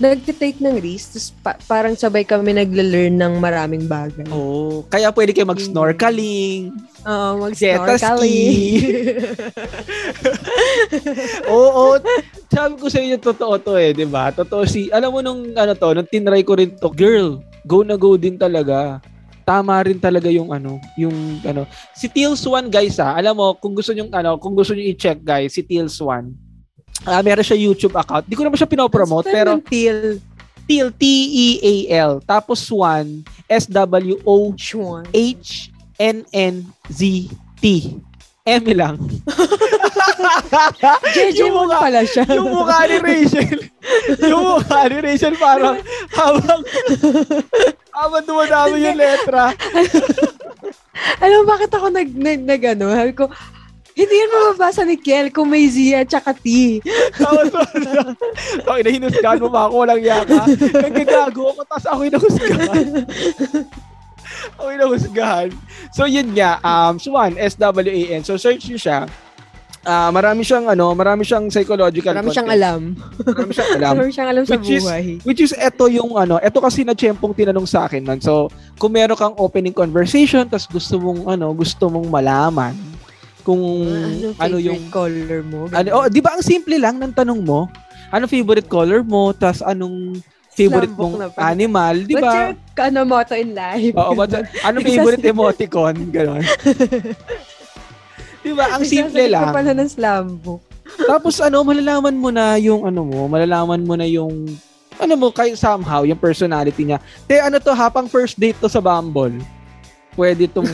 Speaker 2: nagtitake ng risk, tapos pa- parang sabay kami nagle-learn ng maraming bagay. Oo,
Speaker 1: Oo. Kaya pwede kayo mag-snorkeling. Jet
Speaker 2: [LAUGHS] mag-snorkeling.
Speaker 1: Oo. Sabi ko sa inyo, totoo to eh, di ba? Totoo si, alam mo nung, ano to, nung tinry ko rin to, girl, go na go din talaga. Tama rin talaga yung ano, yung ano. Si Teals 1 guys ah, alam mo, kung gusto nyo, ano, kung gusto nyo i-check guys, si Teals 1. Ah, meron siya YouTube account. Di ko naman siya pinopromote,
Speaker 2: Saan
Speaker 1: pero
Speaker 2: yung Till
Speaker 1: Teal, T-E-A-L. Tapos Swan,
Speaker 2: Schwan.
Speaker 1: S-W-O-H-N-N-Z-T. M lang.
Speaker 2: Jeje
Speaker 1: Yung
Speaker 2: mo
Speaker 1: mukha-
Speaker 2: pala siya.
Speaker 1: yung mukha ni Rachel. yung mukha ni Rachel parang habang habang dumadami yung letra.
Speaker 2: Alam mo bakit ako nag, nag, nag ano, sabi ko, hindi yan mababasa ni Kiel kung may Z at saka T.
Speaker 1: Tapos wala. Tapos inahinusgahan mo pa ako, walang yaka. Nagkagago ako, tapos ako [LAUGHS] inahusgahan. ako inahusgahan. So yun nga, um, Swan, S-W-A-N. So search nyo siya. Ah, marami siyang ano, marami siyang psychological
Speaker 2: Marami siyang
Speaker 1: content.
Speaker 2: alam.
Speaker 1: Marami siyang alam.
Speaker 2: Marami siyang alam sa
Speaker 1: Which is-
Speaker 2: buhay.
Speaker 1: Which is eto yung ano, eto kasi na tiyempong tinanong sa akin nun. So, kung meron kang opening conversation tapos gusto mong ano, gusto mong malaman kung
Speaker 2: Anong
Speaker 1: ano
Speaker 2: Ah, favorite
Speaker 1: yung
Speaker 2: color mo?
Speaker 1: ano, oh, di ba ang simple lang ng tanong mo? Ano favorite color mo? Tapos anong favorite
Speaker 2: Slambok na
Speaker 1: mong
Speaker 2: pa.
Speaker 1: animal, di
Speaker 2: What's
Speaker 1: ba?
Speaker 2: your ano, motto in life?
Speaker 1: Oo, but
Speaker 2: [LAUGHS]
Speaker 1: ano favorite emoticon? Ganon. di
Speaker 2: [LAUGHS]
Speaker 1: ba? Ang simple
Speaker 2: Nagsasalita
Speaker 1: lang.
Speaker 2: pala ng slam book.
Speaker 1: Tapos ano, malalaman mo na yung ano mo, malalaman mo na yung ano mo kay somehow yung personality niya. Te ano to ha, pang first date to sa Bumble. Pwede
Speaker 2: [LAUGHS]
Speaker 1: tong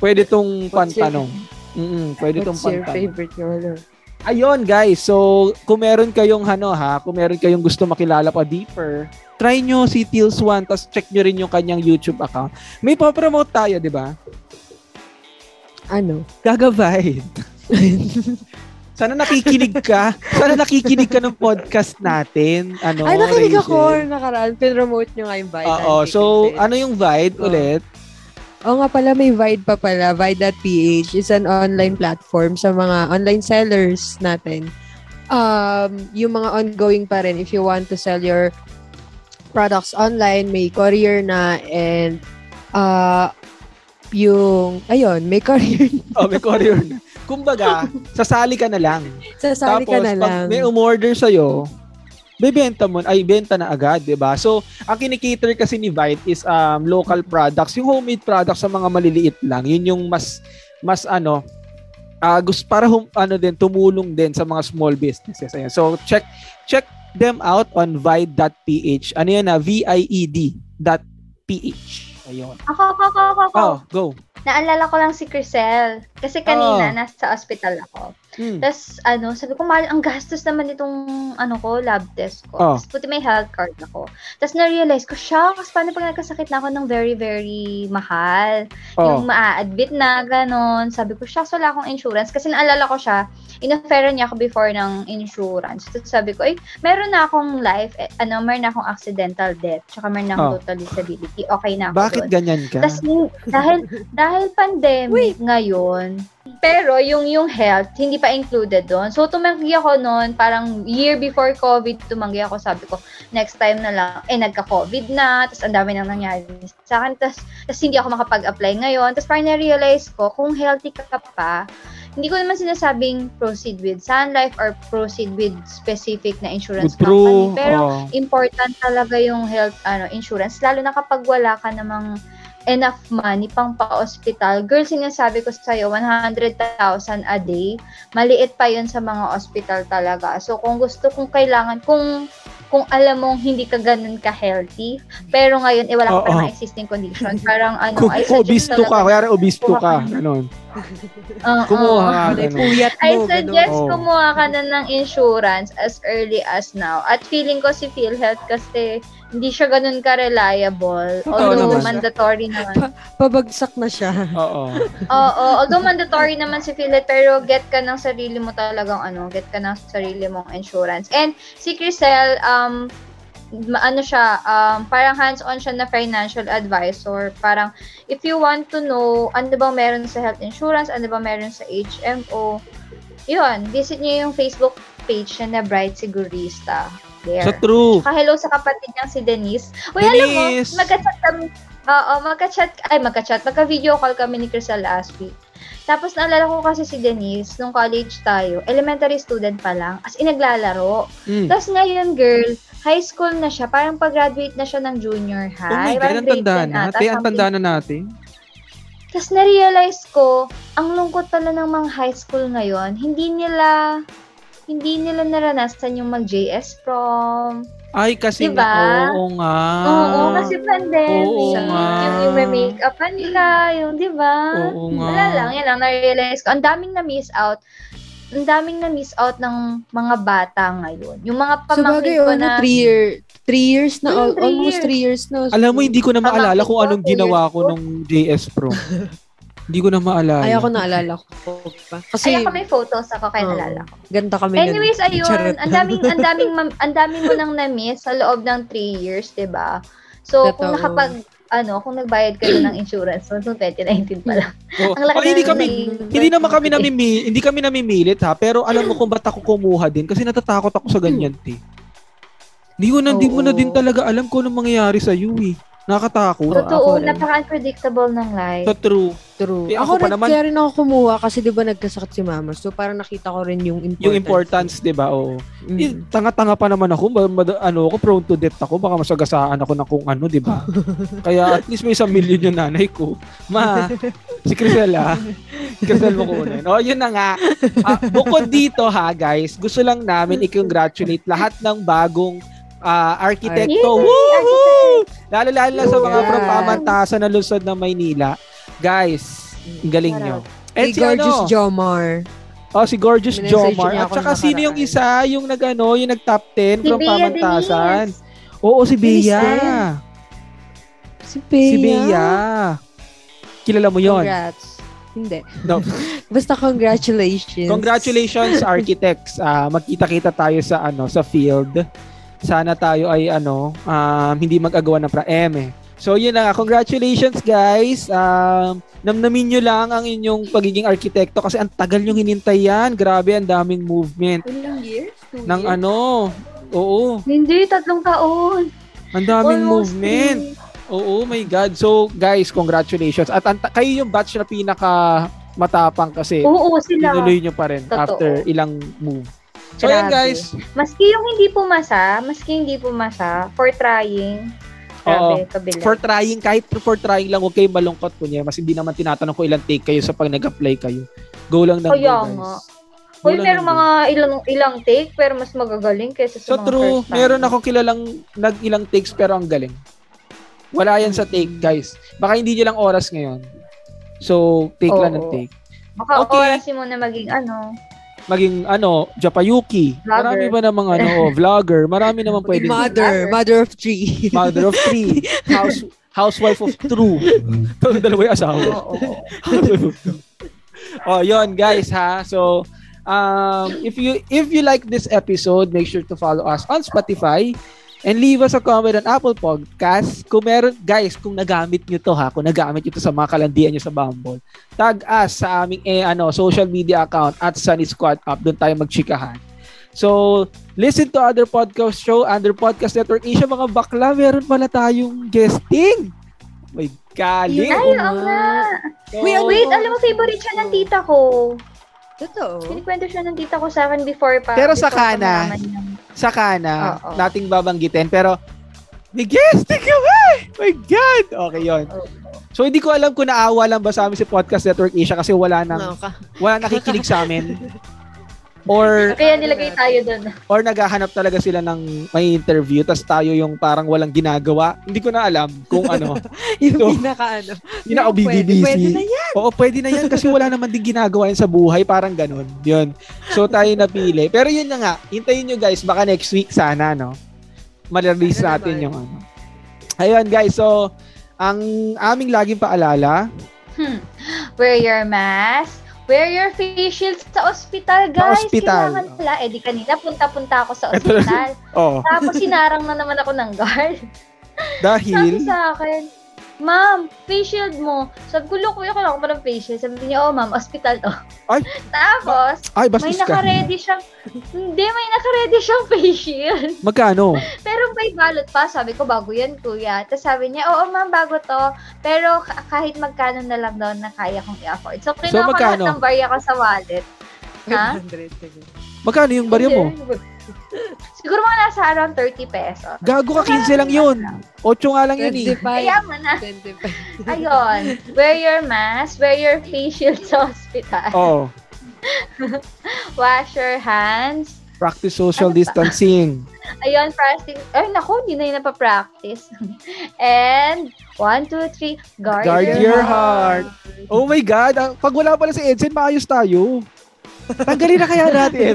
Speaker 1: pwede tong
Speaker 2: What's your-
Speaker 1: pantanong. Mm, pwede tong
Speaker 2: What's your
Speaker 1: pantanong.
Speaker 2: favorite color?
Speaker 1: Ayun guys, so kung meron kayong ano ha, kung meron kayong gusto makilala pa deeper, try nyo si Teals One, tapos check nyo rin yung kanyang YouTube account. May papromote tayo, di ba?
Speaker 2: Ano? [LAUGHS]
Speaker 1: Gagabay. Sana nakikinig ka. Sana nakikinig ka ng podcast natin. Ano,
Speaker 2: Ay,
Speaker 1: Rachel?
Speaker 2: nakinig ako nung nakaraan. Pinromote nyo nga yung Vide.
Speaker 1: Oo.
Speaker 2: Antique
Speaker 1: So,
Speaker 2: Express.
Speaker 1: ano yung Vide
Speaker 2: Oo.
Speaker 1: ulit?
Speaker 2: Oo nga pala, may Vide pa pala. Vide.ph is an online platform sa mga online sellers natin. Um, yung mga ongoing pa rin, if you want to sell your products online, may courier na and uh, yung, ayun, may courier na. [LAUGHS]
Speaker 1: Oh, may courier na. Kumbaga, sasali ka na lang.
Speaker 2: Sasali ka
Speaker 1: Tapos,
Speaker 2: na lang.
Speaker 1: pag may umorder sa'yo, bebenta mo, ay, benta na agad, di ba? So, ang kinikater kasi ni Vite is um, local products. Yung homemade products sa mga maliliit lang. Yun yung mas, mas ano, ah, gusto para hum, ano din, tumulong din sa mga small businesses. Ayan. So, check, check them out on vide.ph. Ano yan na? V-I-E-D dot PH. Ayun.
Speaker 3: Ako, ako, ako, ako, ako.
Speaker 1: Oh, go.
Speaker 3: Naalala ko lang si Crisel. Kasi kanina, nasa ospital ako.
Speaker 1: Mm.
Speaker 3: Tapos, ano, sabi ko, mahal, ang gastos naman itong, ano ko, lab test ko.
Speaker 1: Oh.
Speaker 3: Tapos, puti may health card ako. Tapos, na-realize ko, shucks, paano pag nagkasakit na ako ng very, very mahal?
Speaker 1: Oh.
Speaker 3: Yung maa-admit na, ganon. Sabi ko, shucks, wala akong insurance. Kasi naalala ko siya, inoferan niya ako before ng insurance. Tapos, sabi ko, ay, meron na akong life, eh, ano, meron na akong accidental death, tsaka meron na
Speaker 1: Oh.
Speaker 3: akong total disability. Okay na ako
Speaker 1: Bakit
Speaker 3: dun.
Speaker 1: ganyan ka?
Speaker 3: Tapos, dahil, dahil pandemic ngayon, Pero yung yung health, hindi pa included doon. So tumanggi ako noon, parang year before COVID, tumanggi ako. Sabi ko, next time na lang. Eh, nagka-COVID na, tapos ang dami nang nangyari sa akin. Tapos, tapos hindi ako makapag-apply ngayon. Tapos parang na-realize ko, kung healthy ka pa, hindi ko naman sinasabing proceed with Sun Life or proceed with specific na insurance
Speaker 1: True. Oh.
Speaker 3: company. Pero
Speaker 1: oo.
Speaker 3: important talaga yung health ano insurance lalo na kapag wala ka namang enough money pang pa-hospital. Girl, sinasabi ko sa'yo, 100,000 a day. Maliit pa yon sa mga hospital talaga. So, kung gusto, kung kailangan, kung kung alam mong hindi ka ganun ka-healthy, pero ngayon, eh, wala ka
Speaker 1: Oo.
Speaker 3: pa namang existing condition. Parang ano,
Speaker 1: Kung
Speaker 3: I
Speaker 1: kung obese
Speaker 3: suggest
Speaker 1: to ka,
Speaker 3: talaga- Ah,
Speaker 1: kaya obese to
Speaker 3: Kumuha
Speaker 1: ka, ganun.
Speaker 3: Oo.
Speaker 1: Kumuha ka,
Speaker 2: May
Speaker 1: ganun.
Speaker 2: puyat
Speaker 3: I
Speaker 2: mo.
Speaker 3: suggest
Speaker 1: Oo.
Speaker 3: kumuha ka na ng insurance as early as now. At feeling ko si PhilHealth kasi hindi siya ganun ka-reliable.
Speaker 1: Totoo
Speaker 3: Although
Speaker 1: naman.
Speaker 3: mandatory naman.
Speaker 2: Pabagsak na
Speaker 3: [LAUGHS]
Speaker 2: siya.
Speaker 1: Oo.
Speaker 3: Oo, although mandatory naman si PhilHealth pero get ka ng sarili mo talagang ano, get ka ng sarili mong insurance. And si Crisel, um, ma- ano siya, um, parang hands-on siya na financial advisor. Parang, if you want to know, ano ba meron sa health insurance, ano ba meron sa HMO, yun, visit niyo yung Facebook page niya na Bright Sigurista. There.
Speaker 1: So true.
Speaker 3: Tsaka hello sa kapatid niyang si Denise. Uy, alam mo,
Speaker 1: Denise!
Speaker 3: magka-chat kami. Oo, magka-chat, ay magka-chat, magka-video call kami ni Crystal last week. Tapos naalala ko kasi si Denise, nung college tayo, elementary student pa lang, as in naglalaro.
Speaker 1: Mm.
Speaker 3: Tapos ngayon, girl, high school na siya, parang pag-graduate na siya ng junior
Speaker 1: Oh my
Speaker 3: high.
Speaker 1: God,
Speaker 3: parang
Speaker 1: ang
Speaker 3: grade
Speaker 1: tanda
Speaker 3: 10
Speaker 1: na. Te,
Speaker 3: ata,
Speaker 1: ang
Speaker 3: something
Speaker 1: tanda na natin.
Speaker 3: tapos na-realize ko, ang lungkot pala ng mga high school ngayon, hindi nila hindi nila naranasan yung mag-JS prom.
Speaker 1: Ay, kasi
Speaker 3: Diba?
Speaker 1: nga, oo nga.
Speaker 3: oo, kasi pandemic.
Speaker 1: Ah. oo nga.
Speaker 3: yung yung may make-upan nila, yung, di ba?
Speaker 1: Oo nga.
Speaker 3: Wala lang, yan lang, na-realize ko. Ang daming na-miss out. Ang daming na-miss out ng mga bata ngayon. Yung mga
Speaker 2: So
Speaker 3: pamangkin
Speaker 2: bagay,
Speaker 1: oh,
Speaker 3: ko
Speaker 2: ano,
Speaker 3: na...
Speaker 2: three, year, three years na,
Speaker 3: Mm,
Speaker 2: al-
Speaker 3: three
Speaker 2: almost
Speaker 3: years.
Speaker 2: three years na.
Speaker 1: Alam mo, hindi ko na
Speaker 3: Pamangkin
Speaker 1: maalala kung
Speaker 3: ko,
Speaker 1: anong
Speaker 3: two years
Speaker 1: ginawa ko
Speaker 3: old.
Speaker 1: nung JS Pro. hindi ko na maalala.
Speaker 2: Ay, ako naalala ko pa. Kasi,
Speaker 3: Ay, ako may photos ako kaya
Speaker 2: Oo.
Speaker 3: nalala ko.
Speaker 2: ganda kami nun.
Speaker 3: Anyways, ayun,
Speaker 2: Charot.
Speaker 3: ang daming ang daming mam- ang dami
Speaker 1: [LAUGHS]
Speaker 3: mo nang na-miss sa loob ng 3 years, 'di ba? So, kung
Speaker 2: Totoo.
Speaker 3: nakapag ano, kung nagbayad ka na ng insurance noong 2019 pa lang.
Speaker 1: Oo.
Speaker 3: Ang laki
Speaker 1: Mm. Ay, hindi
Speaker 3: ng-
Speaker 1: kami, hindi naman kami namimi, hindi kami namimilit ha, pero alam mo kung ba't ako kumuha din kasi natatakot ako sa ganyan, te. Hindi ko na, hindi mo na
Speaker 3: Oo.
Speaker 1: din talaga alam kung anong mangyayari sa iyo, eh. Nakatakot.
Speaker 2: Oo, ako
Speaker 3: Totoo,
Speaker 2: rin.
Speaker 3: napaka-unpredictable ng life.
Speaker 1: So true.
Speaker 2: True.
Speaker 1: Eh,
Speaker 2: ako
Speaker 1: ako pa
Speaker 2: rin,
Speaker 1: naman-
Speaker 2: kaya rin ako kumuha kasi di ba nagkasakit si mama. So parang nakita ko rin yung importance.
Speaker 1: Yung importance, 'di ba? Oo.
Speaker 2: Mm.
Speaker 1: Eh, Tanga-tanga pa naman ako, ma- ma- ano ako prone to debt ako, baka masagasaan ako ng kung ano, 'di
Speaker 2: [LAUGHS]
Speaker 1: ba? Kaya at least may isang million yung nanay ko. Ma, si Crisel
Speaker 2: [LAUGHS]
Speaker 1: ah. Crisel mo kunin. Oh, yun na nga. Ah, bukod dito ha, guys, gusto lang namin i-congratulate lahat ng bagong ah, arkitekto.
Speaker 3: Yay!
Speaker 1: Woohoo! Lalo-lalo na sa mga
Speaker 2: Yeah.
Speaker 1: from pamantasan na lungsod ng Maynila. Guys, ang galing nyo.
Speaker 2: Eh,
Speaker 1: si
Speaker 2: gorgeous
Speaker 1: ano?
Speaker 2: Jomar.
Speaker 1: Oh, si Gorgeous
Speaker 2: Minessage
Speaker 1: Jomar.
Speaker 2: niya
Speaker 1: At
Speaker 2: ako
Speaker 1: saka
Speaker 2: nung
Speaker 1: sino yung
Speaker 2: nakaraan.
Speaker 1: isa, yung nagano, yung nag-top 10
Speaker 3: Si
Speaker 1: from
Speaker 3: Bea
Speaker 1: pamantasan?
Speaker 3: Denise.
Speaker 1: Oo, si
Speaker 2: Bilis
Speaker 1: Bea.
Speaker 2: din. Si Bea.
Speaker 1: Si Bea. Kilala mo yon.
Speaker 2: Congrats. Hindi.
Speaker 1: No.
Speaker 2: [LAUGHS] Basta congratulations.
Speaker 1: Congratulations
Speaker 2: [LAUGHS]
Speaker 1: architects. Ah, magkita-kita tayo sa ano, sa field. Sana tayo ay ano, um, hindi mag-agawa ng praeme. So yun na nga, congratulations guys. Um, namnamin nyo lang ang inyong pagiging arkitekto kasi ang tagal nyo hinintay yan. Grabe, ang daming movement.
Speaker 2: Ilang years? Two
Speaker 1: Ng ano, oo,
Speaker 3: Hindi, tatlong taon.
Speaker 1: ang daming
Speaker 3: Almost
Speaker 1: movement.
Speaker 3: three.
Speaker 1: Oo, my God. So, guys, congratulations. At anta- kayo yung batch na pinaka matapang kasi
Speaker 3: Oo, sila.
Speaker 1: tinuloy nyo pa rin
Speaker 3: Totoo.
Speaker 1: after ilang move. So, yan
Speaker 3: Grabe.
Speaker 1: guys.
Speaker 3: Maski yung hindi pumasa, maski hindi pumasa, for trying. Grabe, kabilang.
Speaker 1: For trying, kahit for trying lang, huwag kayong malungkot po niya. Mas hindi naman tinatanong ko ilang take kayo sa pag nag-apply kayo. Go lang ng go,
Speaker 3: Kaya
Speaker 1: guys.
Speaker 3: nga.
Speaker 1: Go
Speaker 3: Hoy,
Speaker 1: lang
Speaker 3: meron
Speaker 1: ng go.
Speaker 3: mga ilang ilang take pero mas magagaling kaysa sa
Speaker 1: So
Speaker 3: mga
Speaker 1: true,
Speaker 3: first time.
Speaker 1: meron ako kilalang nag-ilang takes pero ang galing. Wala yan sa
Speaker 3: Mm.
Speaker 1: take, guys. Baka hindi nyo lang oras ngayon. So, take lang ng
Speaker 3: Oo.
Speaker 1: take.
Speaker 3: Baka
Speaker 1: Okay.
Speaker 3: orasin mo na maging
Speaker 1: [LAUGHS]
Speaker 3: ano.
Speaker 1: maging ano, Japayuki.
Speaker 3: Vlogger.
Speaker 1: Marami ba namang
Speaker 3: [LAUGHS]
Speaker 1: ano, oh, vlogger. Marami naman pwede.
Speaker 2: Mother. Mother of three.
Speaker 1: Mother of three.
Speaker 3: [LAUGHS]
Speaker 1: House, housewife of true. Ito dalawa yung asawa.
Speaker 3: Oo.
Speaker 1: Housewife of true. [LAUGHS] oh, yun guys ha. So, um, if you if you like this episode, make sure to follow us on Spotify, And leave us a comment on Apple Podcast. Kung meron, guys, kung nagamit nyo to ha, kung nagamit nyo to sa mga kalandian nyo sa Bumble, tag us sa aming eh, ano, social media account at Sunny Squad Up. Doon tayo magchikahan. So, listen to other podcast show under Podcast Network Asia. Mga bakla, meron pala tayong guesting. My golly.
Speaker 3: Ay,
Speaker 2: Oo
Speaker 3: oo
Speaker 2: nga.
Speaker 3: nga.
Speaker 2: Wait,
Speaker 1: Oo.
Speaker 3: Wait, alam mo, favorite siya ng tita ko.
Speaker 2: [LAUGHS] Totoo.
Speaker 3: Kinikwento siya ng tita ko sa akin before pa.
Speaker 1: Pero sa
Speaker 3: before pa
Speaker 1: kana.
Speaker 3: malaman niya.
Speaker 1: saka na
Speaker 3: Oo.
Speaker 1: nating babanggitin pero may guesting kami! eh! My God! Okay, yon.
Speaker 3: Oo.
Speaker 1: So, hindi ko alam kung naawa lang ba sa amin si Podcast Network Asia kasi wala
Speaker 4: Ano
Speaker 1: nang,
Speaker 4: ka?
Speaker 1: wala nakikinig sa amin. Or,
Speaker 3: Kaya nilagay tayo doon.
Speaker 1: or naghahanap talaga sila ng may interview tas tayo yung parang walang ginagawa. Hindi ko na alam kung ano.
Speaker 2: [LAUGHS] Yung
Speaker 1: So,
Speaker 2: pinaka ano.
Speaker 1: Hindi na ako
Speaker 2: Pwede,
Speaker 1: busy.
Speaker 2: pwede na yan.
Speaker 1: Oo, pwede na yan kasi wala naman din ginagawa yan sa buhay. Parang ganun. Yun. So, tayo napili. Pero yun na nga. Hintayin nyo guys. Baka next week sana, no? Malerelease
Speaker 4: Sana
Speaker 1: natin
Speaker 4: naman.
Speaker 1: yung ano. Ayun guys. So, ang aming laging paalala,
Speaker 3: Hmm. Wear your mask. Wear your face shields sa ospital, guys.
Speaker 1: ospital.
Speaker 3: Kailangan pala. Eh, di kanina, punta-punta ako sa
Speaker 1: Ito
Speaker 3: ospital.
Speaker 1: oh,
Speaker 3: Tapos sinarang na naman ako ng
Speaker 1: [LAUGHS]
Speaker 3: guard. Sabi
Speaker 1: dahil,
Speaker 3: sa akin, Ma'am, face shield mo. Sabi ko, look, kuya, kailangan ko ng face shield. Sabi niya, oh, ma'am, ospital to.
Speaker 1: Ay.
Speaker 3: [LAUGHS] Tapos,
Speaker 1: ay,
Speaker 3: may
Speaker 1: bastos ka.
Speaker 3: naka-ready siyang, hindi, may naka-ready siyang face shield.
Speaker 1: Magkano?
Speaker 3: Pero may balot pa, sabi ko, bago yan, kuya. Tapos sabi niya, oo, ma'am, bago to. Pero ka- kahit magkano na lang daw na kaya kong i-afford. So, kinuha ko lahat
Speaker 1: magkano?
Speaker 3: ng barya ko sa wallet. Ha?
Speaker 4: 100. sige.
Speaker 1: Magkano yung barya mo?
Speaker 3: [LAUGHS] Siguro mga nasa around 30 pesos.
Speaker 1: Gago ka, 15 lang yun. 8 nga lang yun eh.
Speaker 2: 25.
Speaker 3: Kaya mo na.
Speaker 4: 25.
Speaker 3: Ayun. Wear your mask. Wear your face shield sa hospital.
Speaker 1: Oh,
Speaker 3: Wash your hands.
Speaker 1: practice social
Speaker 3: Ano pa?
Speaker 1: distancing.
Speaker 3: Ayun, practice. Ay, naku, hindi na yun napapractice. [LAUGHS] And, one, two, three, guard,
Speaker 1: Guard your
Speaker 3: your
Speaker 1: heart. Oh my God. ang- Pag wala pala si Edson, maayos tayo. Tanggalin na kaya natin.